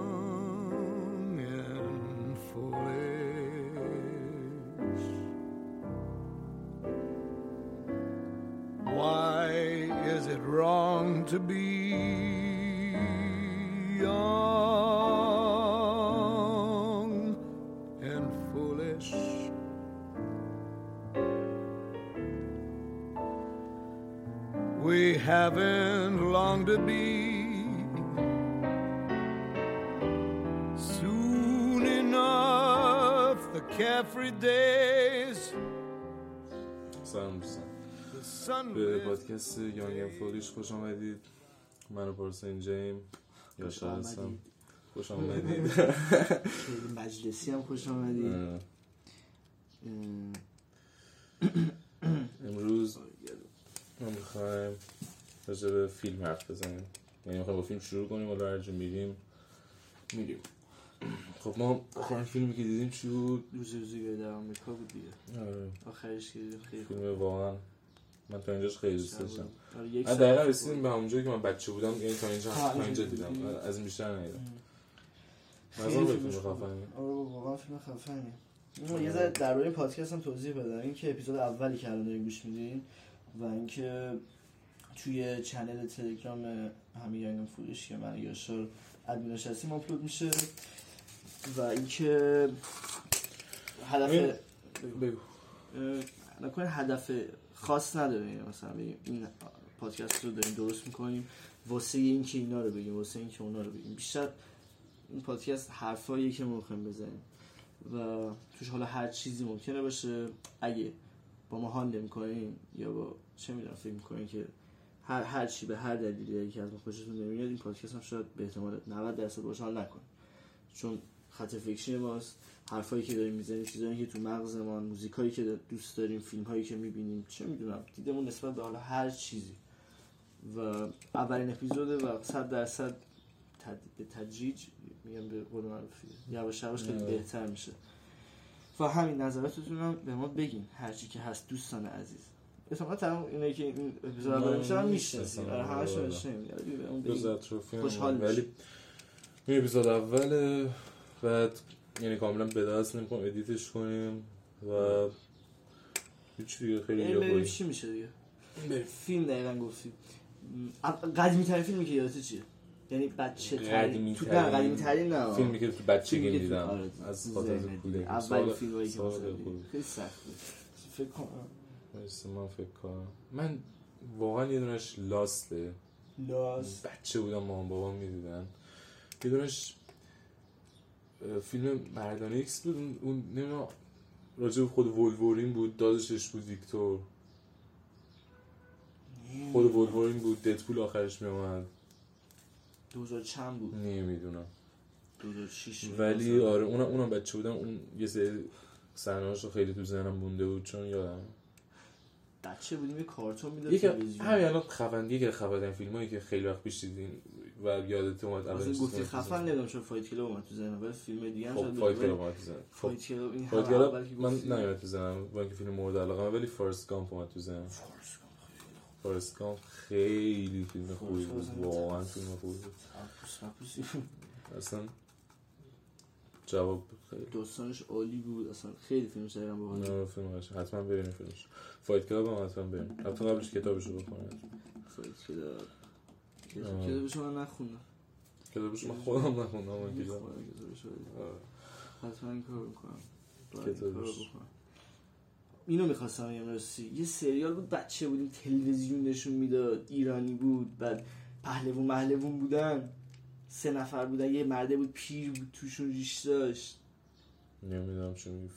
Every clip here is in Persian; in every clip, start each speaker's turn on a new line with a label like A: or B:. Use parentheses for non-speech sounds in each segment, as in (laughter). A: Young and foolish. Why is it wrong to be young and foolish? We haven't long to be Soon enough, the carefree days,
B: سلام دوستان
A: the
B: به
C: خب،
A: sunlit
B: پادکست یانگ فوریش خوش آمدید من پارسین جیم یا هستم
C: آمدید.
B: خوش آمدید
C: (laughs) خیلی مجلسی هم خوش آمدید
B: اه، امروز ما میخوایم راجع به فیلم حرف بزنیم یعنی میخوایم با فیلم شروع کنیم ولی هر جا میریم میریم خب ما آخرین فیلمی که دیدیم چی بود
C: روزی روزی بیاد در آمریکا بود دیگه
B: آره،
C: آخرش که خیلی خوب
B: فیلم واقعا من تا اینجاش خیلی دوست داشتم
C: بود. آره، یک
B: من
C: ساعت
B: دقیقا
C: بود.
B: رسیدیم به همونجایی که من بچه بودم یعنی تا اینجا
C: آه،
B: تا اینجا
C: اینجا
B: دیدم آره،
C: دیدی.
B: از این بیشتر ندیدم
C: خیلی
B: مزار
C: فیلمش
B: بکنم
C: خوبه.
B: خفنی
C: آره بابا، واقعا فیلم خفنی اینو یه ذره
B: آره.
C: درباره این پادکست هم توضیح بدم این که اپیزود اولی که الان دارین گوش میدین و اینکه توی چنل تلگرام همین یعنی فروش که من یاشار ادمیناش هستیم آپلود میشه و اینکه
B: این-
C: هدف
B: بگو
C: اه، نکنه هدف خاص نداره یعنی مثلا بگیم این پادکست رو داریم درست میکنیم واسه اینکه اینا رو بگیم واسه اینکه اونا رو بگیم بیشتر این پادکست حرفایی که ما میخوایم بزنیم و توش حالا هر چیزی ممکنه باشه اگه با ما حال نمیکنین یا با چه میدونم فکر میکنین که هر هر چی به هر دلیلی که از ما خوشتون نمیاد این پادکست هم شاید به احتمال 90 درصد باشه حال نکنه چون خط فکشن ماست حرفایی که داریم میزنیم چیزایی که تو مغزمان موزیکایی که دوست داریم فیلم هایی که میبینیم چه میدونم دیدمون نسبت به حالا هر چیزی و اولین اپیزوده و 100 درصد تد... به تدریج میگم به قول معروفی یواش یواش خیلی
B: آره.
C: بهتر میشه و همین نظراتتون هم به ما بگین هرچی که هست دوستان عزیز اتفاقا تمام اینایی که این اپیزود
B: من
C: اول میشه
B: می‌شناسم.
C: هم میشناسیم برای همش
B: آره.
C: میشناسیم یعنی به اون
B: جز
C: بگین.
B: اطرافیان
C: خوشحال
B: من. ولی این اپیزود اوله بعد یعنی کاملا به دست نمیکنم ادیتش کنیم و هیچ دیگه خیلی
C: یعنی ببینیم
B: یه
C: چی میشه دیگه فیلم دقیقا گفتی م، قدیمی ترین فیلمی که یادت چیه یعنی بچه
B: قدیمی
C: ترین تو
B: ترین
C: نه قدیمی ترین نه
B: فیلمی که تو بچگی
C: فیلمی که تو-
B: دیدم
C: آره،
B: از
C: تو
B: خاطر
C: ذهنت
B: کودک
C: اول
B: سال-
C: فیلمی که
B: سال
C: مثلا دیدی.
B: کودک.
C: خیلی سخت بود. فکر کنم
B: مرسی، من فکر کنم من واقعا یه دونش لاسته
C: لاس
B: بچه بودم مامان بابام میدیدن یه دونش اه، فیلم مردان ایکس بود اون, اون نمیدونم راجع به خود ولورین بود دادشش بود ویکتور خود ولورین بود ددپول آخرش می اومد
C: 2000 چند بود
B: نمیدونم
C: 2006 بود
B: ولی
C: مثلا.
B: آره اونم اونم بچه بودم اون یه سری صحنه‌هاش رو خیلی تو ذهنم مونده بود چون یادم
C: بچه بودیم یه کارتون میداد
B: یکی
C: تلویزیون
B: همین الان خفن یکی خفن فیلمایی که خیلی وقت پیش دیدین و یادت اومد اولین
C: مثلا
B: چیز
C: گفتی
B: که
C: خفن نمیدونم چون فایت کلاب اومد تو ذهنم ولی فیلم دیگه هم
B: خب
C: شاید
B: فایت
C: بود، ولی
B: کلاب اومد تو ذهنم. خب،
C: فایت کلاب این
B: فایت
C: همه
B: کلاب
C: اول که
B: من
C: گفتی.
B: نمیاد تو ذهنم با اینکه فیلم مورد علاقه من ولی فارست گامپ اومد تو ذهنم فارست گامپ خیلی فیلم خوبی بود
C: Forrest Gump.
B: واقعا فیلم خوبی بود
C: اپوس اپوسی.
B: اصلا جواب خیلی
C: داستانش عالی بود اصلا خیلی فیلم دقیقا با حال
B: نه فیلم قشنگ. حتما ببینید فیلمش فایت کلاب هم حتما ببینید حتی قبلش کتابش رو بخونید
C: فایت کلاب
B: آه.
C: کتاب- کتابش رو من نخوندم
B: کتابش من خودم نخوندم اون کتاب
C: می‌خونم کتابش رو.
B: آره.
C: حتما این کار میکنم
B: کتابش.
C: اینو میخواستم بگم راستی یه سریال بود بچه بودیم تلویزیون نشون میداد ایرانی بود بعد پهلوون محلوون بودن سه نفر بودن یه مرده بود پیر بود توشون ریش داشت
B: نمیدونم چون میگی.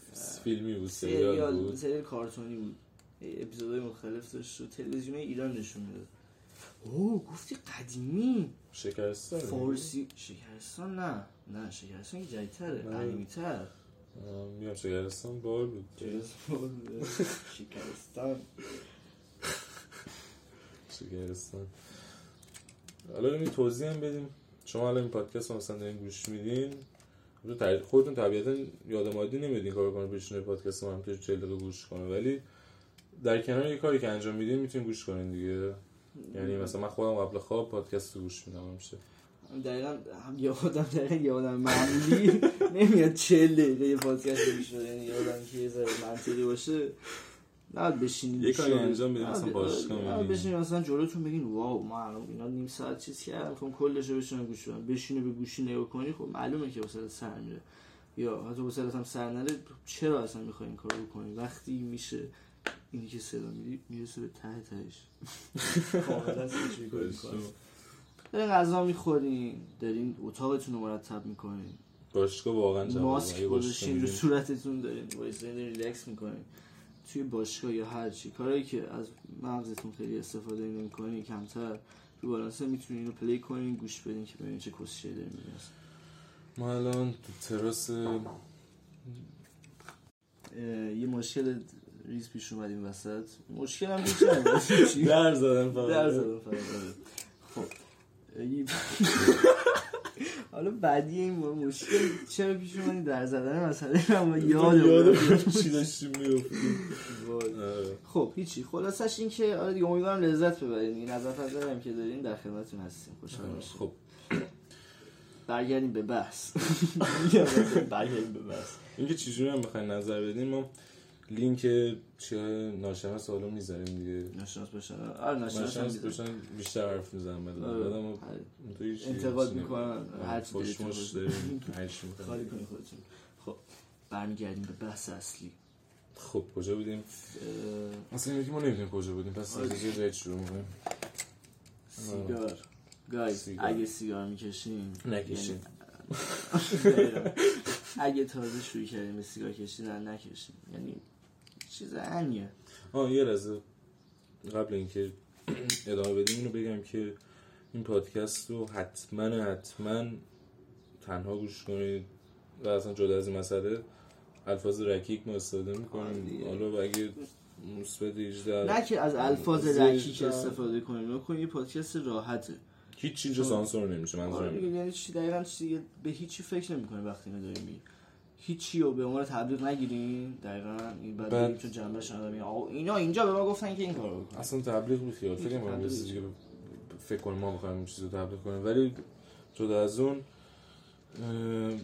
B: فیلمی بود سریال
C: سریال
B: بود
C: سریال کارتونی بود اپیزودهای مختلف داشت و تلویزیون ایران نشون میداد اوه گفتی قدیمی
B: شکرستان
C: فارسی شکرستان نه نه شکرستان که جدیدتره
B: نه.
C: قدیمیتر
B: آه، میگم شکرستان بار بود
C: (laughs) شکرستان
B: شکرستان حالا این توضیح هم بدیم شما الان این پادکست رو مثلا دارین گوش میدین رو تر- خودتون طبیعتا یاد مادی نمیدین کار کنه بشینه پادکست ما هم که 40 دقیقه گوش کنه ولی در کنار یه کاری که انجام میدین میتونین گوش کنین دیگه یعنی مثلا من خودم قبل خواب پادکست رو گوش میدم همیشه
C: دقیقا هم یه آدم دقیقا یه آدم معمولی نمیاد چه دقیقه یه پادکست گوش بده یعنی یه آدم که یه ذره منطقی باشه نباید بشینیم
B: یه کاری
C: شروع-
B: انجام بدیم،
C: نباید-
B: مثلا باشگاه
C: نباید
B: بریم.
C: بشینیم مثلا جلوتون بگین واو ما الان اینا نیم ساعت چیز کردم خب کلش رو بشینم گوش بدم بشینه به گوشی نگاه کنی خب معلومه که وسط سر میره یا حتی وسط هم سر نره چرا اصلا میخوای این کارو بکنی وقتی میشه اینی که صدا میدی میرسه به ته تهش (laughs) کاملا سویچ می‌کنی این کار. دارین غذا میخورین دارین اتاقتون رو مرتب میکنین
B: باشگاه واقعا جواب
C: ماسک گذاشتین رو صورتتون دارین وایس ریلکس میکنین توی باشگاه یا هر چی کارایی که از مغزتون خیلی استفاده نمیکنین کمتر رو بالانسه میتونین اینو پلی کنین گوش بدین که ببینین چه کسشی دارین میگن
B: ما الان تو
C: (laughs)
B: تراس
C: یه مشکل ریز پیش اومد این وسط مشکل هم
B: (laughs)
C: پیش نیومد. چی؟
B: در زدن فقط
C: در زدم فقط. خب یه- (laughs) حالا بعدی این مورد مشکل چرا پیش اومدی در زدن مثلا (laughs) اما یاد
B: یادم
C: اومد.
B: چی داشتیم می‌گفتیم.
C: وای.
B: آره.
C: (laughs) خب هیچی خلاصش این که آره دیگه امیدوارم لذت ببرین این از نظر هم که دارین در خدمتتون هستیم خوشحال باشید
B: خب
C: برگردیم به بحث (laughs) برگردیم به بحث
B: اینکه چجوری هم بخواین نظر بدین ما لینک چیه ناشناس سالم میذاریم دیگه
C: ناشناس باشن آره ناشناس هم
B: ناشناس
C: دیدم.
B: باشن بیشتر حرف میزنم بعد
C: آره.
B: آدم
C: آره.
B: توی چی-
C: انتقاد
B: چی نمی‌کنه.
C: می‌کنن.
B: آره.
C: هر چی
B: فحش
C: دلتون
B: مش
C: باشه.
B: داریم. هر چی می‌خوایم.
C: خالی کنید خودتون خب برمیگردیم به بحث اصلی
B: خب کجا بودیم
C: اه،
B: اصلا اینکه ما نمیدونیم کجا بودیم پس
C: آره.
B: از رد شروع می‌کنیم
C: سیگار گایز
B: سیگار.
C: اگه سیگار میکشین یعنی
B: نکشین.
C: اگه تازه شروع کردیم به سیگار کشیدن نکشین یعنی چیز انیه
B: آه یه لحظه قبل اینکه ادامه بدیم اینو بگم که این پادکست رو حتما حتما تنها گوش کنید و اصلا جدا از این مسئله الفاظ رکیک ما استفاده میکنیم
C: آره.
B: حالا اگه مثبت 18
C: نه که از
B: آره.
C: الفاظ
B: زیرش
C: رکیک
B: دارم.
C: استفاده کنیم نه کنیم یه پادکست راحته
B: هیچ اینجا سانسور نمیشه
C: آره
B: منظورم
C: دیگه، یعنی چی دقیقا چی دیگه به هیچی فکر نمی‌کنیم وقتی اینو داریم میگیم هیچی رو به عنوان تبلیغ نگیریم دقیقا این بعد
B: بعد-
C: بگیم چون جنبه شنده میگن آقا اینا اینجا به ما گفتن که این کارو بکن
B: اصلا تبلیغ بود خیال فکر کنم
C: تبلیغ.
B: رسید که فکر کنم ما بخوایم این چیزو تبلیغ کنیم ولی جدا از اون اه،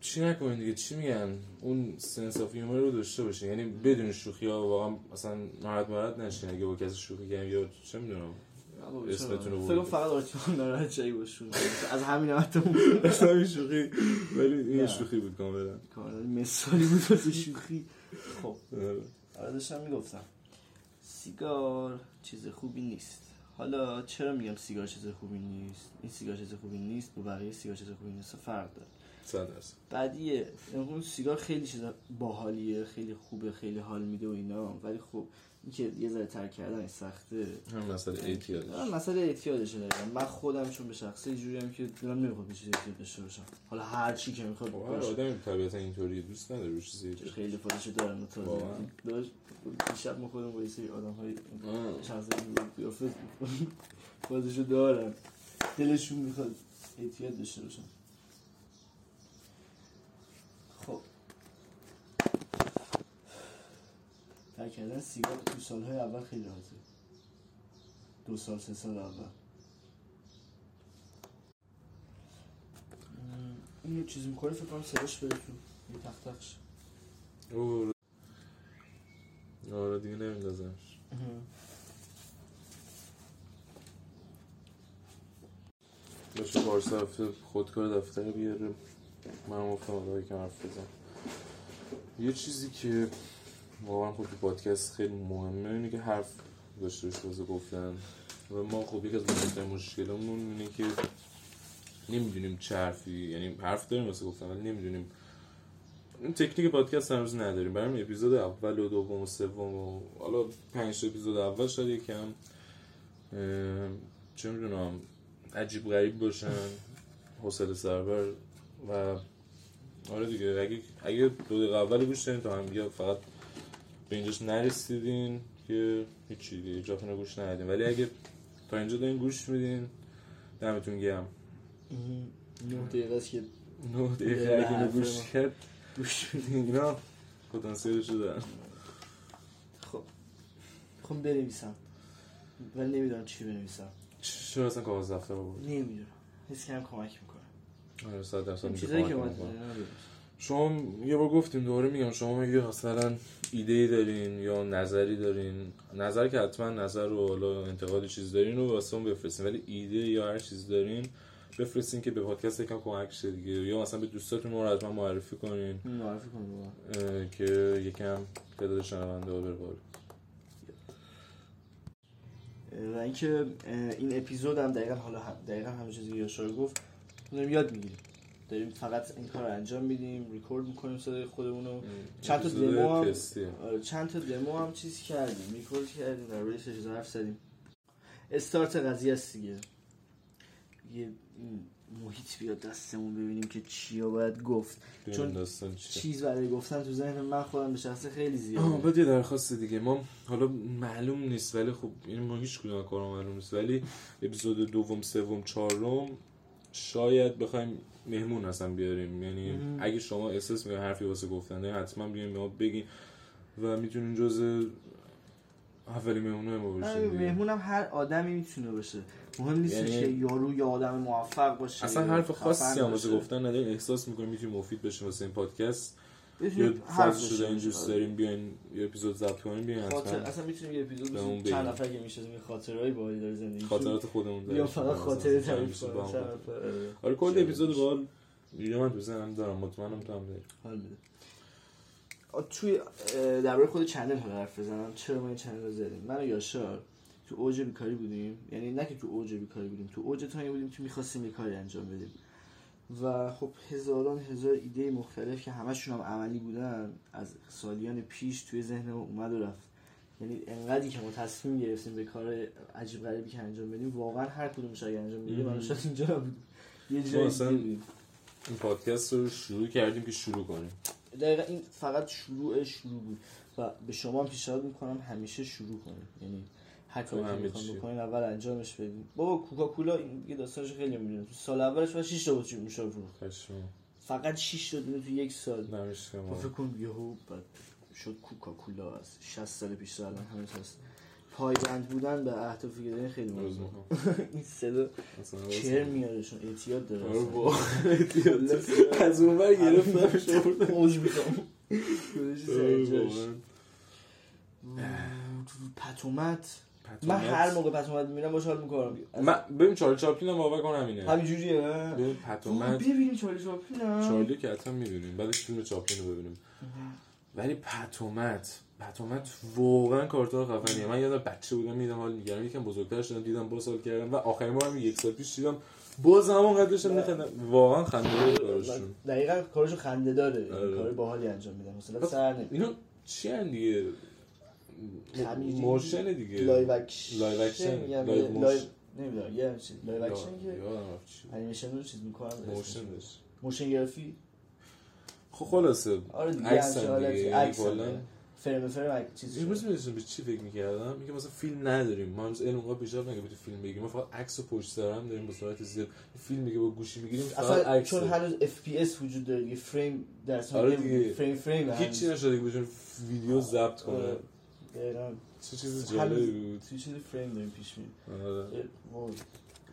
B: چی نکنین دیگه چی میگن اون سنس اف هیومر رو داشته باشه یعنی بدون شوخی ها واقعا اصلا ناراحت مرد نشین اگه با کسی شوخی کنیم یا چه میدونم
C: آقا، چرا؟
B: اسمتون رو
C: فکر کنم
B: بردی.
C: فقط آرتیمان ناراحت شایی باشون از همین حالت
B: اصلا شوخی ولی
C: نه.
B: این شوخی بود کاملا
C: کاملا مثالی بود واسه شوخی خب
B: اه،
C: آره داشتم میگفتم سیگار چیز خوبی نیست حالا چرا میگم سیگار چیز خوبی نیست این سیگار چیز خوبی نیست با بقیه سیگار چیز خوبی نیست فرق داره
B: صد درصد
C: بعدیه اون سیگار خیلی چیز باحالیه خیلی خوبه خیلی حال میده و اینا ولی خب اینکه یه ذره ترک کردن سخته
B: هم مسئله اعتیاد
C: آره، مسئله اعتیادشه دقیقا من خودم چون به شخصه یه جوری هم که دلم نمیخواد به چیز اعتیاد داشته باشم حالا هر چی که میخواد
B: خب،
C: باشه
B: آدم طبیعتا اینطوری دوست نداره روش چیزی
C: خیلی فایدهشو دارم و تازه
B: واقعا؟
C: داشت دیشب ما خودم با یه سری آدم های
B: آه.
C: شخص قیافه فایدهشو دارم دلشون میخواد اعتیاد داشته باشم خب ترک کردن سیگار تو سالهای اول خیلی راحته دو سال سه سال اول ام، این یه چیزی میکنه فکر کنم صداش بره تو یه تخت تخش
B: اوه. آره دیگه نمیندازمش باشه پارسا هفته خودکار دفتره بیاره من گفتم حالا یکم حرف بزن یه چیزی که واقعا خود تو پادکست خیلی مهمه اینه که حرف داشته باشی واسه گفتن و ما خب یکی از مهمترین مشکلمون اینه که نمیدونیم چه حرفی یعنی حرف داریم واسه گفتن ولی نمیدونیم این تکنیک پادکست هنوز نداریم برام اپیزود اول و دوم و سوم و حالا پنج تا اپیزود اول شاید یکم اه، چه میدونم عجیب غریب باشن حوصله سربر و آره دیگه اگه اگه دو دقیقه اول گوش دادین تا هم دیگه فقط به اینجاش نرسیدین که هیچی دیگه جاتون رو گوش ندادین ولی اگه تا اینجا دارین گوش میدین دمتون گم
C: نه دقیقه است که
B: نه دقیقه
C: به
B: اگه اینو
C: حرف
B: گوش
C: ما.
B: کرد
C: گوش
B: اینا پتانسیلش رو دارن
C: خب خب بنویسم ولی نمیدونم چی بنویسم
B: چرا اصلا کاغذ دفتر آوردی
C: نمیدونم حس کم کمک میکنه
B: آره صد درصد
C: اون
B: می‌شه
C: چیزایی
B: کمک
C: که ما
B: می‌کنه. شما یه بار گفتیم دوباره میگم شما اگه مثلا ایده دارین یا نظری دارین نظر که حتما نظر و حالا انتقاد چیز دارین رو واسه اون بفرستین ولی ایده یا هر چیز دارین بفرستین که به پادکست یکم کمک شه دیگه یا مثلا به دوستاتون ما رو حتما معرفی کنین
C: معرفی کنم بابا.
B: اه، که یکم تعداد شنونده ها بره بالا
C: و اینکه اه، این اپیزود هم دقیقا حالا هم دقیقا همه چیزی که یاشار گفت داریم یاد میگیریم داریم فقط این کار رو انجام میدیم ریکورد میکنیم صدای خودمون رو چند تا
B: اپیزود
C: دمو هم
B: تستیه.
C: آره، چند تا دمو هم چیز کردیم ریکورد کردیم در روی چیز حرف زدیم استارت قضیه است دیگه یه م- محیط بیاد دستمون ببینیم که چیا باید گفت
B: ببینیم
C: چون
B: داستان چیه
C: چیز برای گفتن تو ذهن من خودم به شخصه خیلی
B: آه،
C: زیاده
B: بعد یه درخواست دیگه ما حالا معلوم نیست ولی خب این ما هیچ کدوم کار معلوم نیست ولی اپیزود دوم سوم چهارم شاید بخوایم مهمون اصلا بیاریم یعنی
C: مهم.
B: اگه شما احساس میکنید حرفی واسه گفتن دارین حتما بیاین به ما بگین و میتونین جز اولین مهمون ما
C: آره،
B: بشین دیگه.
C: مهمونم هر آدمی میتونه باشه مهم نیست
B: یعنی-
C: که یارو یا آدم موفق باشه
B: اصلا
C: یا
B: حرف
C: خفن
B: خاصی هم واسه
C: باشه.
B: گفتن نداریم احساس میکنیم میتونیم مفید بشه واسه این پادکست یا
C: می‌تونی حرف
B: فاز شده این دوست
C: بزنی.
B: داریم بیاین یه اپیزود ضبط کنیم بیاین
C: خاطر
B: حتما
C: اصلا میتونیم یه اپیزود
B: به اون
C: بزنیم چند
B: بگیم.
C: نفر که میشه این خاطرهای باحالی داره زندگی
B: خاطرات خودمون
C: یا فقط خاطره تعریف
B: میشه با
C: کنم
B: هم
C: چند
B: خاطره.
C: نفر، آره.
B: آره کل اپیزود با ویدیو من تو ذهنم دارم مطمئنم تو هم داری
C: حال بده آ، توی اه، درباره خود چنل حالا حرف بزنم چرا ما این چنل رو زدیم من و یاشار تو اوج بیکاری بودیم یعنی نه که تو اوج بیکاری بودیم تو اوج تایم بودیم که میخواستیم یه کاری انجام بدیم و خب هزاران هزار ایده مختلف که همشون هم عملی بودن از سالیان پیش توی ذهن ما اومد و رفت یعنی انقدری که ما تصمیم گرفتیم به کار عجیب غریبی که انجام بدیم واقعا هر کدومش اگه انجام میدیم
B: مم.
C: من شاید اینجا نبودیم یه
B: ما
C: جایی
B: اصلا
C: دیگه بودیم.
B: این پادکست رو شروع کردیم که شروع کنیم
C: دقیقا این فقط شروع شروع بود و به شما هم پیشنهاد میکنم همیشه شروع کنید یعنی هر کاری
B: تو
C: که
B: خب همه
C: میخوان
B: چی.
C: بکنین اول انجامش بدین بابا کوکاکولا این دیگه داستانش خیلی میدونه تو سال اولش فقط 6 تا بطری نوشابه فروخت
B: خشم
C: فقط 6 تا دونه تو یک سال
B: نمیشه
C: تو
B: ما
C: خب فکر کن یهو بعد شد کوکاکولا از 60 سال پیش تا الان هنوز هست پایبند بودن به اهدافی که دارین خیلی
B: روز
C: مهمه
B: میخوام
C: (laughs) این صدا
B: اصلا
C: چر
B: روز
C: میارشون اعتیاد داره
B: آره
C: اصلا.
B: با
C: (laughs)
B: (laughs) از اون بر گرفتمش آره، (laughs)
C: موج میخوام پتومت من هر موقع پتومت میبینم باش حال میکنم
B: من ببین چارلی چاپلین هم باور کن همینه
C: همینجوریه نه؟
B: ببین پتومت
C: ببینیم چارلی چاپلین هم.
B: چارلی که حتما میبینیم بعدش فیلم چاپلین رو ببینیم ولی پتومت پتومت واقعا کارتون خفنیه من یادم بچه بودم میدم حال میگردم یکم بزرگتر شدم دیدم باز حال کردم و آخرین بار هم یک سال پیش دیدم باز همون قدرشم نکردم واقعا خنده داره کارشون
C: دقیقا کارشو خنده داره
B: آره. خب.
C: کار باحالی انجام میدن مثلا سر نمیاد
B: اینا چی هن دیگه
C: خمیری.
B: موشن دیگه
C: لایو اکشن
B: لایو اکشن،
C: میگم، یه
B: لایو
C: لایو-
B: موشن.
C: نمیدونم یه همچین لایو
B: یا-
C: اکشن که
B: یادم رفت چی.
C: انیمیشن رو چیز میکنم
B: موشن داشت
C: موشن گرافی
B: خب خلاصه
C: آره دیگه
B: عکس
C: همچین
B: هم
C: حالت-
B: دیگه یعنی
C: عکس هم
B: کلاً
C: داره. فریم به فریم عکس- چیز شده.
B: امروز میدونستم به چی فکر میکردم میگه مثلا فیلم نداریم ما هنوز علم اونقدر پیشرفت نکرده بودیم فیلم بگیریم ما فقط عکس و پشت سر هم داریم به صورت زب فیلم میگه با گوشی میگیریم فقط
C: اصلا
B: عکس
C: چون هنوز FPS وجود داره دیگه فریم در اصلا
B: آره
C: نمی‌دونی.
B: دیگه.
C: فریم فریم
B: هیچی
C: هنوز.
B: نشده که بتونه ویدیو ضبط کنه
C: آره. دقیقاً.
B: چه چیز
C: هنوز
B: جالبی بود
C: توی چیز فریم داریم پیش میریم
B: آره.
C: ما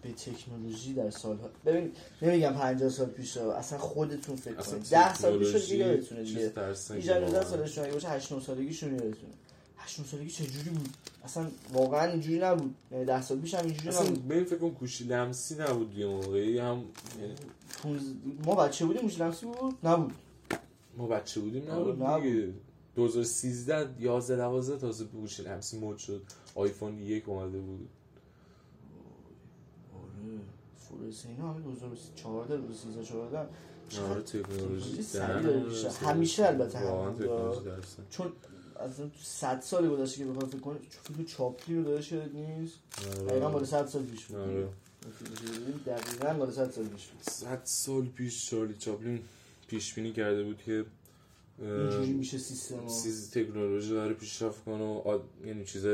C: به تکنولوژی در سالها ببین نمیگم 50 سال پیش ها. اصلا خودتون فکر
B: اصلا
C: کنید 10 سال پیش ها دیگه
B: تکنولوژی
C: یادتونه
B: چیز
C: دیگه
B: ترسناکی
C: ایجاد 19
B: واقعا.
C: سالشون اگه باشه 8 9 سالگیشون یادتونه 8 9 سالگی چجوری بود اصلا واقعا اینجوری نبود یعنی 10 سال پیش هم اینجوری
B: اصلا
C: نبود
B: ببین فکر کنم گوشی لمسی نبود یه موقعی هم یعنی
C: 15 ما بچه بودیم مش لمسی بود نبود
B: ما بچه بودیم
C: آره،
B: نبود
C: نبود.
B: دیگه 2013 11 12 تازه گوشی لمسی مود شد آیفون یک اومده بود
C: آره فلوس اینا همه 2014 2013 14
B: آره
C: چقدر
B: تکنولوژی
C: سریع
B: دهن
C: داره
B: ما
C: میشه.
B: رسید.
C: همیشه البته هم
B: واقعا
C: بود.
B: تکنولوژی درسته.
C: چون اصلا تو 100 سال گذشته که بخوام فکر کنم چون تو چاپلی رو داداش یادت نیست دقیقا مال 100 سال پیش بود
B: آره.
C: دقیقا مال 100 سال پیش بود
B: صد سال پیش چارلی چاپلین پیش بینی کرده بود که اه،
C: اینجوری میشه سیستم
B: چیز تکنولوژی قرار پیشرفت کنه و آد... یعنی چیز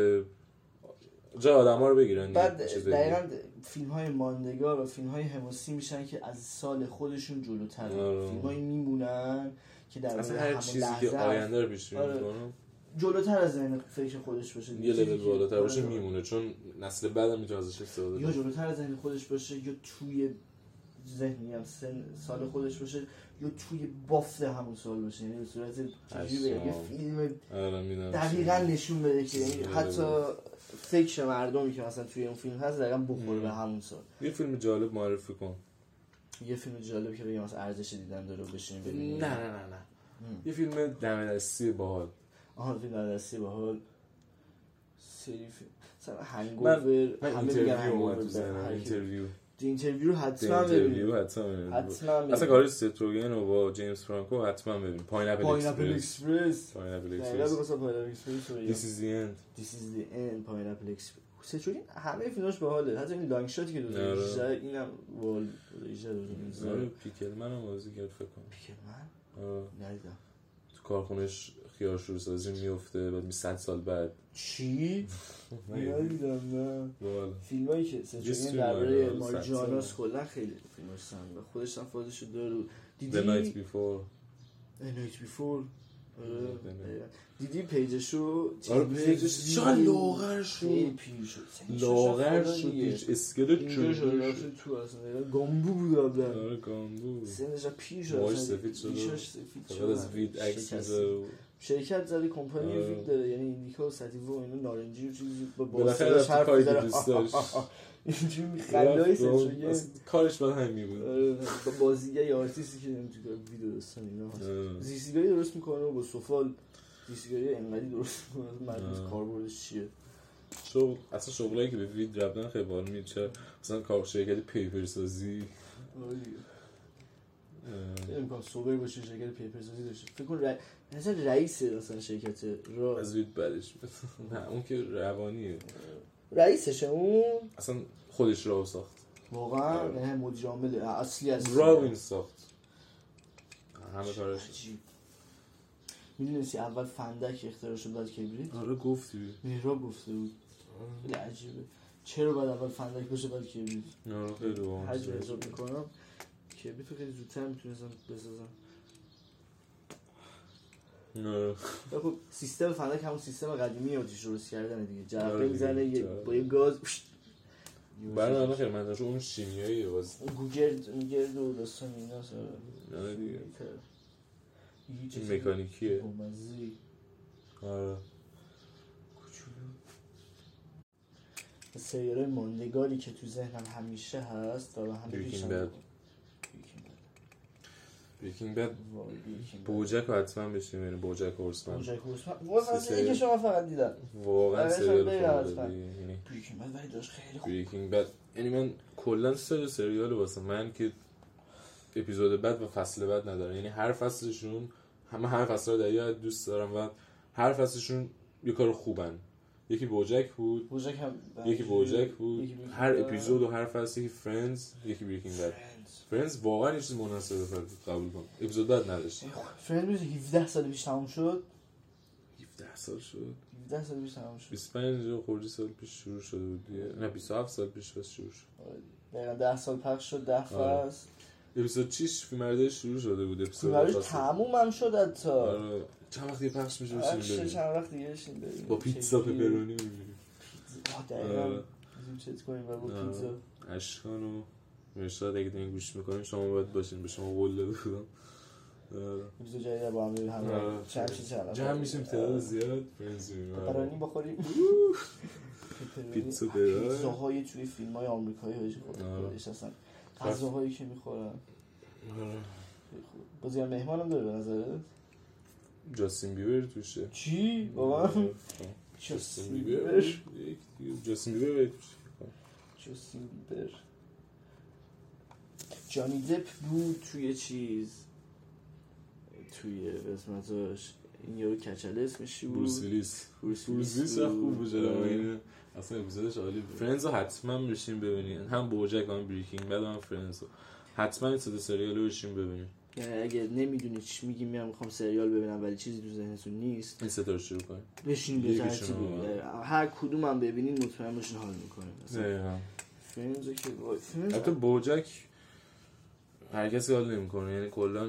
B: جای آدم رو بگیرن دیگه.
C: بعد
B: چیز دیگه.
C: دقیقا فیلم های ماندگار و فیلم های حماسی میشن که از سال خودشون جلوتر
B: آره.
C: فیلم های میمونن که در
B: اصلا
C: واقع
B: هر
C: همون
B: چیزی که
C: لحظه
B: آینده رو پیش بینی
C: آره.
B: کنه
C: جلوتر از ذهن فکر خودش باشه
B: یه
C: چیزی
B: لول
C: که-
B: بالاتر باشه
C: آره.
B: میمونه چون نسل بعدم میتونه ازش استفاده
C: یا
B: کنه
C: جلوتر از ذهن خودش باشه یا توی ذهنی هم سن سال خودش باشه یا توی بافت همون سال باشه یعنی به صورت چجوری بگم، یه
B: عجب.
C: فیلم
B: آره میدونم
C: دقیقا نشون بده که یعنی
B: آره.
C: حتی فکر مردمی که مثلا توی اون فیلم هست دقیقا بخوره
B: مم.
C: به همون سال
B: یه فیلم جالب معرفی کن
C: یه فیلم جالب که بگم از ارزش دیدن داره و بشینی ببینی
B: نه نه نه نه
C: مم.
B: یه فیلم دم دستی باحال
C: آها فیلم در دستی باحال سری فیلم مثلا
B: من
C: هنگوور
B: من
C: همه میگن
B: اینترویو اومد
C: هنگوور
B: تو ذهنم
C: هر کی-
B: اینترویو
C: اینترویو رو حتما ببینید
B: اینترویو حتما ببین
C: حتما ببینید
B: اصلا کارش ستروگن و با جیمز فرانکو حتما ببین پاینپل
C: پاینپل
B: اکسپرس
C: اکسپرس
B: پاینپل
C: دقیقا
B: اکسپرس
C: بخواستم پاینپل اکسپرس رو بگم.
B: This is the end
C: This is the end پاینپل اکسپرس سچوری همه فیلماش باحاله حتی این لانگ شاتی که 2018 اینم وال 2018
B: آره
C: 2019
B: پیکل منم بازی کرد فکر کنم
C: پیکر من
B: آره.
C: ندیدم
B: تو کارخونش خیار شروع سازی میفته بعد می صد سال بعد
C: چی؟ ندیدم نه
B: باحال.
C: فیلمایی که سچوریان
B: Just
C: درباره
B: Remember.
C: ماریجواناس کلا خیلی فیلماش سن و خودش هم فازش رو داره دیدی
B: The night before
C: A Night Before آره،
B: The Night.
C: دقیقاً. دیدی پیجشو
B: آره پیجش چقدر لاغر
C: خیلی
B: شد
C: پیر شد یعنی سنش
B: لاغر
C: خدا
B: شد
C: دیگه.
B: هیچ اسکلت
C: اینجا شد
B: شد
C: رفت تو اصلا نگاه گامبو بود قبلا
B: آره گامبو
C: سنش هم پیر شد
B: موهاش
C: اصلا.
B: سفید شده.
C: ریشاش سفید
B: فقط
C: شد.
B: از وید عکس
C: شکست.
B: میذاره
C: شرکت زده کمپانی
B: آره.
C: وید داره یعنی ایندیکا و ستیوه و اینا نارنجی و چیزی با
B: بالاخره
C: باسترش
B: رفت
C: حرف
B: کاری که
C: میزنه (laughs)
B: دوست داشت
C: اینجوری خلایی
B: رفت گام.
C: سنشویه
B: اصلا کارش بعد همین بود
C: با بازیگر یا آرتیستی که نمیتونه ویدیو درستان اینا هست.
B: آره.
C: زیسیگاری درست میکنه و با سفال زیسیگاری انقدی درست میکنه مردم
B: آه.
C: کاربردش چیه
B: شغل اصلا شغلایی که به وید رفتن خیلی باحال میشه مثلا کار شرکت پیپر سازی
C: آره دیگه. امکان سوبر باشه شرکت پیپر سازی داشته فکر کن رئ- مثلا رئیس مثلا شرکت را
B: از وید بدش میاد (laughs) نه اون که روانیه
C: رئیسشه اون
B: اصلا خودش راو ساخت
C: واقعا
B: آره.
C: نه مدیر عامل اصلی از
B: راوین ساخت همه کارش
C: میدونستی اول فندک اختراع شد بعد کبریت
B: آره گفتی
C: مهراب گفته بود خیلی عجیبه چرا باید اول فندک باشه بعد کبریت
B: آره خیلی باحال
C: حجم
B: شد.
C: حساب میکنم کبریت رو خیلی زودتر میتونستم بسازم
B: آره
C: و خب سیستم فندک همون سیستم قدیمی آتیش درست کردن دیگه
B: آره
C: جرقه
B: دیگه،
C: میزنه یه-
B: جرقه.
C: با یه گاز
B: برای من الان خیلی منطقه اون شیمیایی باز
C: اون گوگرد اون گرد و داستان اینا سر
B: آره دیگه
C: یه چیز
B: این مکانیکیه
C: بامزه‌ای.
B: آره
C: کوچولو سریال ماندگاری که تو ذهنم همیشه هست و به هم
B: Breaking
C: پیشم
B: Bad.
C: بود. Breaking Bad.
B: بریکینگ بد
C: وای، Breaking Bad.
B: بوجک رو حتما بشیم یعنی بوجک هورسمن
C: بوجک هورسمن. واسه
B: سه سریال.
C: اینکه شما فقط دیدم
B: واقعا
C: آره،
B: سریال
C: خیلی
B: فوق
C: حتما.
B: یعنی
C: Breaking Bad ولی داشت خیلی خوب
B: بریکینگ بد یعنی من کلا سر سریال واسه من که اپیزود بعد و فصل بعد نداره یعنی هر فصلشون همه همه فصل رو دقیقا دوست دارم و هر فصلشون یه کار خوبن یکی بوجک بود
C: بوجک هم
B: یکی بوجک بود
C: آره. یکی Breaking
B: هر
C: Bad.
B: اپیزود و هر فصل یکی فرندز یکی بریکینگ بد
C: Friends.
B: فرندز واقعا یه چیز مناسبه فرد قبول کن اپیزود بعد نداشت
C: Friends بود 17 سال پیش تموم شد
B: 17 سال شد
C: 17 سال پیش تموم شد
B: 25 و خورده سال پیش شروع شده بود دیگه. نه 27 سال پیش بس شروع شد
C: آره. دقیقا 10 سال پخش شد 10
B: آره.
C: فصل
B: اپیزود 6 فیلمبرداری شروع شده بود اپیزود
C: فیلمش
B: فصل.
C: تموم هم شد آره، تا
B: آره چند وقتی پخش میشه
C: عکسش
B: بشین ببین
C: چند وقت دیگه بشین ببینیم
B: با پیتزا
C: چجوری.
B: پپرونی میبینیم
C: آه، دقیقاً
B: آره.
C: بزنیم چت کنیم و با
B: آره.
C: پیتزا
B: اشکان و مرشاد اگه دارین گوش میکنیم شما باید باشین به شما قول داده بودم آره.
C: پیتزا جدید با هم می‌ریم، هم
B: آره.
C: چند چی چند
B: جمع میشیم تعداد
C: آره.
B: زیاد فرنز
C: پپرانی
B: میبینیم آره.
C: بخوریم پپرانی.
B: پیتزا پپرانی.
C: پیتزاهای توی فیلم های آمریکایی هایی که خود-
B: آره.
C: خودش هستن غذاهایی که میخورن
B: آره.
C: بازی هم مهمان هم داره به نظره
B: جاستین بیبر توشه
C: چی؟ بابا
B: آره.
C: جاستین
B: جاستین
C: بیبر
B: بیبر یک دیگه. جاستین بیبر باید توشه
C: جاستین بیبر جانی دپ بود توی چیز توی قسمتاش این یارو کچله اسمش چی بود؟
B: بروس ویلیس
C: بروس
B: بروس
C: ویلیس
B: ویلیس هم خوب بود
C: بود.
B: جناب
C: آره.
B: اینه. اصلا اپیزودش عالی بود فرنز رو حتما بشین ببینین هم بوجک هم بریکینگ بد هم فرنز رو حتما این سه تا سریال رو بشین ببینین
C: یعنی اگه نمیدونی چی میگی میام میخوام سریال ببینم ولی چیزی تو ذهنتون نیست
B: این ستا رو شروع کنیم
C: بشین به
B: یکیشون
C: ترتیب
B: رو
C: ببینید.
B: ببین.
C: هر کدوم هم ببینید مطمئن باشین حال میکنه
B: دقیقا
C: فرنزو که وای، فرنز
B: حتی بوجک هر کسی حال نمیکنه یعنی کلا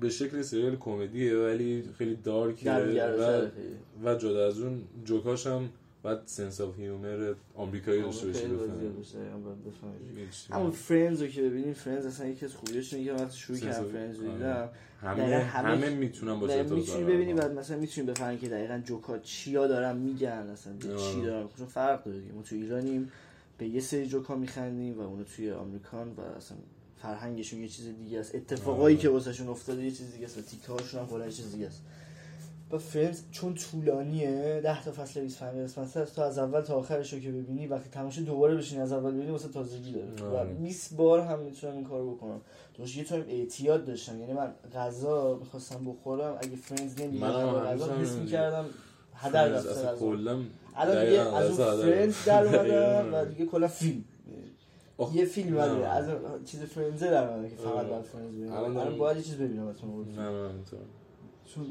B: به شکل سریال کمدیه ولی خیلی دارکه و,
C: درونگراتره خیلی.
B: و جدا از اون جوکاش هم باید سنس آف هیومر آمریکایی داشته باشی
C: آره، خیلی بازی
B: بفهمی.
C: باشه، هم باید بفهمی.
B: هیچ.
C: همون فرندز رو که ببینیم فرندز اصلا یکی از خوبیاش اینه که وقتی شروع
B: سنس
C: کردم
B: آف-
C: فرندز رو
B: آره.
C: دیدم
B: همه
C: دقیقاً همه-
B: همه میتونن با چطور
C: میتونی ببینی بعد مثلا میتونی بفهمی که دقیقا جوکا چیا دارن میگن اصلا به چی
B: آره.
C: دارن خب چون فرق داره دیگه ما تو ایرانیم به یه سری جوکا میخندیم و اونا توی آمریکان و اصلا فرهنگشون یه چیز دیگه است اتفاقایی
B: آره.
C: که واسهشون افتاده یه چیز دیگه است و تیکه هاشون هم کلا یه چیز دیگه است و فرنز چون طولانیه 10 تا فصل 25 قسمت هست تو از اول تا آخرش رو که ببینی وقتی تماشا دوباره بشینی از اول ببینی واسه تازگی داره و
B: آره.
C: 20 بار هم میتونم این کارو بکنم دوش یه تایم اعتیاد داشتم یعنی من غذا میخواستم بخورم اگه فرنز نمیدونم
B: منم هنوز
C: غذا
B: همین
C: حس
B: دیگه.
C: میکردم هدر رفته
B: اصلا
C: غذا
B: کلا
C: الان دیگه
B: دقیقاً،
C: از
B: غذا
C: اون
B: هدر
C: فرنز
B: رفته. (laughs)
C: در
B: دقیقاً.
C: اومدم و دیگه کلا فیلم
B: آخ،
C: یه فیلم
B: نه.
C: بعد از اون چیز فرنز در اومده که فقط
B: آره.
C: بعد فرنز ببینم
B: الان دارم-
C: الان باید یه چیز ببینم از
B: نه نه اینطور
C: چون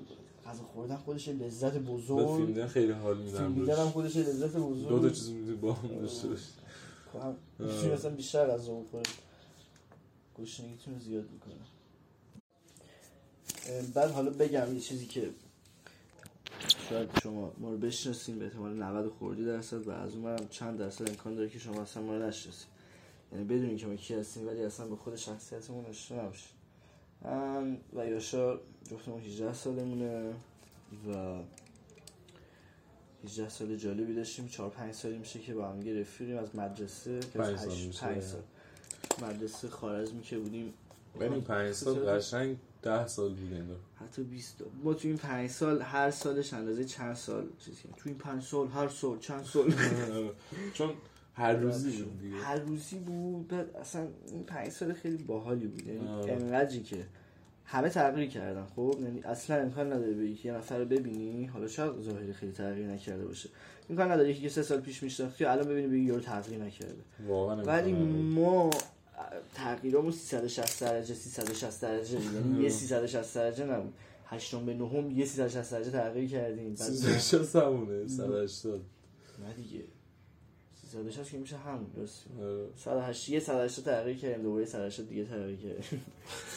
C: غذا خوردن خودش یه لذت
B: بعد فیلم
C: بزرگ
B: دیدن خیلی حال
C: فیلم خب
B: میدم
C: دیدن هم خودش یه لذت بزرگ
B: دو تا چیز می‌دی با هم داشته باشی.
C: هم
B: آه.
C: میتونی مثلا بیشتر غذا بخوره گشنگیتون رو زیاد میکنه اه، بعد حالا بگم یه چیزی که شاید شما ما رو بشناسین به احتمال 90 خوردی درصد و از اون برم چند درصد امکان داره که شما اصلا ما رو نشناسید یعنی بدونین که ما کی هستیم ولی اصلا به خود شخصیتمون آشنا نباشید من و یاشار جفتمون 18 سالمونه و 18 سال جالبی داشتیم 4 5 سالی میشه که با هم دیگه رفیقیم از مدرسه که از
B: پنج سال
C: هشت-
B: میشه.
C: پنج سال مدرسه خارزمی که بودیم خب،
B: ولی این پنج سال قشنگ ده سال بود انگار
C: حتی 20 ما تو این 5 سال هر سالش اندازه چند سال چیزی که- تو این 5 سال هر سال چند سال
B: چون هر روزی بود دیگه
C: هر روزی بود بعد اصلا این پنج سال خیلی باحالی بود یعنی
B: آره.
C: انقدری که همه تغییر کردن خب یعنی اصلا امکان نداره بگی که یه نفر رو ببینی حالا شاید ظاهری خیلی تغییر نکرده باشه امکان نداره یکی که سه سال پیش میشناختی الان ببینی بگی یارو تغییر نکرده
B: واقعا
C: ولی
B: امکان نداره.
C: ما تغییرامون 360 درجه 360 درجه بود. یعنی یه 360 درجه نبود هشتم به نهم یه 360 درجه تغییر کردیم بعد
B: سیزده شست همونه سر هشتاد
C: نه دیگه 360 که میشه همون درست 180 یه 180 تغییر کردیم دوباره 180 دیگه تغییر کردیم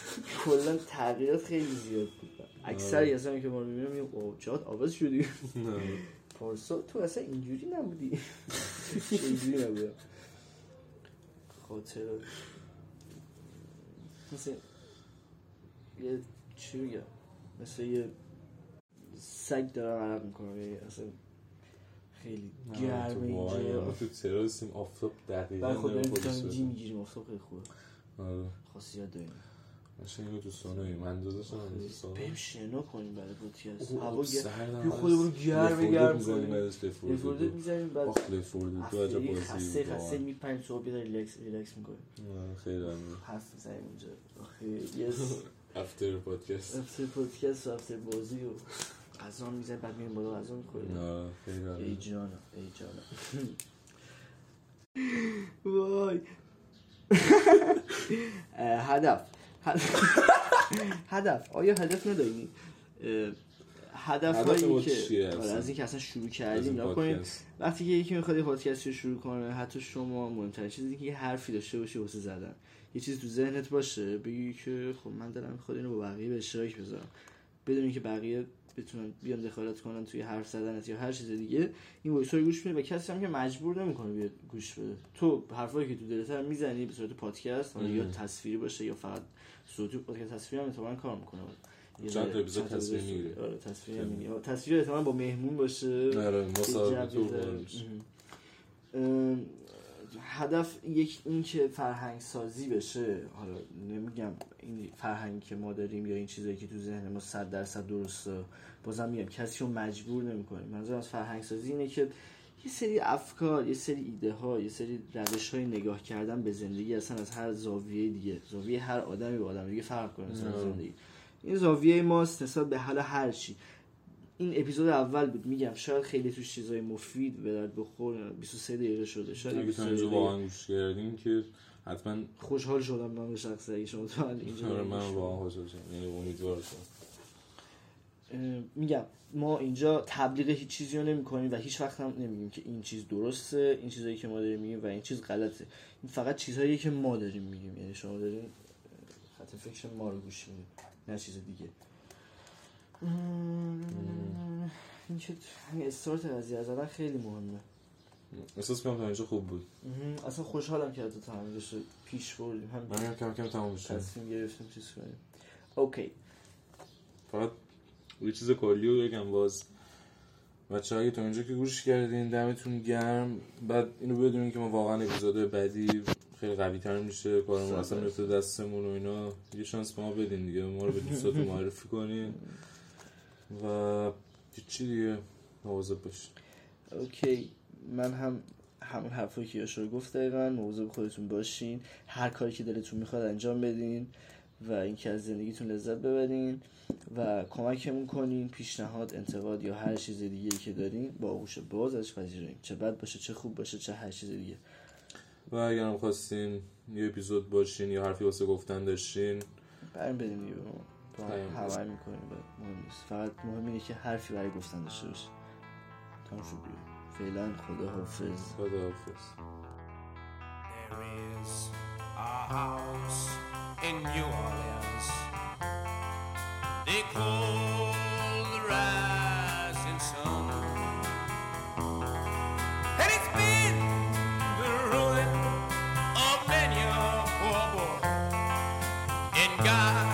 C: (laughs) کلا تغییرات خیلی زیاد بود
B: آره.
C: اکثر اصلا که ما رو میبینم میگم اوه چقدر عوض شدی پارسا تو اصلا اینجوری نبودی
B: (laughs)
C: اینجوری نبودم خاطر مثل یه چی بگم مثل یه سگ دارم عرق میکنم یعنی اصلا خیلی گرمه اینجا خب
B: تو تراسیم آفتاب دقیقا
C: برای خود
B: نمی
C: داریم
B: خودش
C: ویتامین
B: بده.
C: دی میگیریم افتاد خیلی خوبه
B: آره.
C: خاصیت خب داریم خب،
B: قشنگ اینو تو سانوی من داداشم هم تو
C: بریم
B: سانوی
C: شنا کنیم برای پادکست
B: اوه،
C: هوا گرم
B: سردم
C: بیا خودمون رو
B: هست.
C: گرم
B: لفورد
C: گرم
B: می‌زنیم
C: کنیم.
B: بعدش لفورد
C: یه فرده
B: بود.
C: میزنیم بعد
B: آخ لفورد تو عجب
C: هفتگی
B: بازی
C: خسته
B: بود
C: خسته
B: واقعا.
C: میپنیم صبح بیدار ریلکس ریلکس میکنیم
B: آره، خیلی عالی.
C: حرف میزنیم اونجا آخه
B: (laughs)
C: یس
B: افتر پادکست
C: هفته پادکست و هفته بازی و غذا میزنیم بعد میریم بالا غذا میخوریم
B: آره، خیلی
C: ای
B: عالی.
C: جانا ای جانا (laughs) وای (laughs) اه، هدف (laughs) هدف- هدف آیا هدف نداریم هدف
B: هدف ما
C: هایی
B: چیه
C: که آره،
B: اصلا؟
C: از اینکه اصلا شروع
B: از این
C: کردیم نکنیم
B: پادکست.
C: وقتی که یکی میخواد یه پادکست رو شروع کنه حتی شما مهمتر چیزی که یه حرفی داشته باشی واسه زدن یه چیز تو ذهنت باشه بگی که خب من دارم میخواد اینو با بقیه به اشتراک بذارم بدون اینکه بقیه بتونن بیان دخالت کنن توی حرف زدنت یا هر چیز دیگه این وایس رو گوش میده و کسی هم که مجبور نمیکنه بیاد گوش بده تو حرفایی که تو دلت هم میزنی به صورت پادکست حالا
B: مم.
C: یا تصویری باشه یا فقط صوتی پادکست تصویری هم احتمالاً کار میکنه
B: چند تا اپیزود تصویر می‌گیری؟
C: آره تصویر میگیره تصویر احتمالاً با مهمون باشه
B: آره، مصاحبه تو
C: جویزه.
B: باحال میشه.
C: ام، هدف یک این که فرهنگ سازی بشه حالا نمیگم این فرهنگی که ما داریم یا این چیزایی که تو ذهن ما صد درصد درسته بازم میگم کسی رو مجبور نمیکنیم منظور از فرهنگ سازی اینه که یه سری افکار یه سری ایده ها یه سری روش های نگاه کردن به زندگی اصلا از هر زاویه دیگه زاویه هر آدمی به آدم دیگه فرق کنه اصلا
B: آه.
C: زندگی این زاویه ماست نسبت به حالا هر چی این اپیزود اول بود میگم شاید خیلی توش چیزای مفید به درد بخور 23 دقیقه شده شاید
B: اگه تا
C: 23
B: اینجا
C: دقیقه.
B: واقعا گوش کردین که حتما
C: خوشحال شدم من به شخص اگه شما تو اینجا
B: آره، من
C: باشید.
B: واقعا حاضر شدم یعنی امیدوار شدم
C: اه، میگم ما اینجا تبلیغ هیچ چیزی رو نمی و هیچ وقت هم نمیگیم که این چیز درسته این چیزایی که ما داریم میگیم و این چیز غلطه این فقط چیزهایی که ما داریم میگیم یعنی شما دارین خط فکر ما رو گوش میدیم نه چیز دیگه این که استارت قضیه از الان خیلی مهمه
B: احساس کنم تا اینجا خوب بود
C: مهم. اصلا خوشحالم که حتی تمرینش رو پیش بردیم هم
B: من هم کم کم تموم شد
C: تصمیم گرفتیم چیز کنیم اوکی
B: فقط یه چیز کلی رو بگم باز بچه اگه تا اینجا که گوش کردین دمتون گرم بعد اینو بدونین که ما واقعا اپیزودهای بعدی خیلی قوی تر میشه کارمون
C: صد
B: اصلا میفته دستمون و اینا یه شانس به ما بدین دیگه ما رو به دوستاتون معرفی کنین و چی دیگه مواظب باشین
C: اوکی من هم همون حرفایی که یاشار گفت دقیقا موضوع به خودتون باشین هر کاری که دلتون میخواد انجام بدین و اینکه از زندگیتون لذت ببرین و کمکمون کنین پیشنهاد انتقاد یا هر چیز دیگه که دارین با آغوش باز ازش پذیریم چه بد باشه چه خوب باشه چه هر چیز دیگه
B: و اگر هم خواستین یه اپیزود باشین یا حرفی واسه گفتن داشتین
C: بریم بدیم دیگه به ما. با هم
B: بریم.
C: همه میکنیم مهم نیست فقط مهم اینه که حرفی برای گفتن داشته باشه تمام شد دیگه. فعلا خدا حافظ
B: خداحافظ
D: There is a house in New Orleans. They call the rising sun. And it's been the ruin of many a poor boy. And God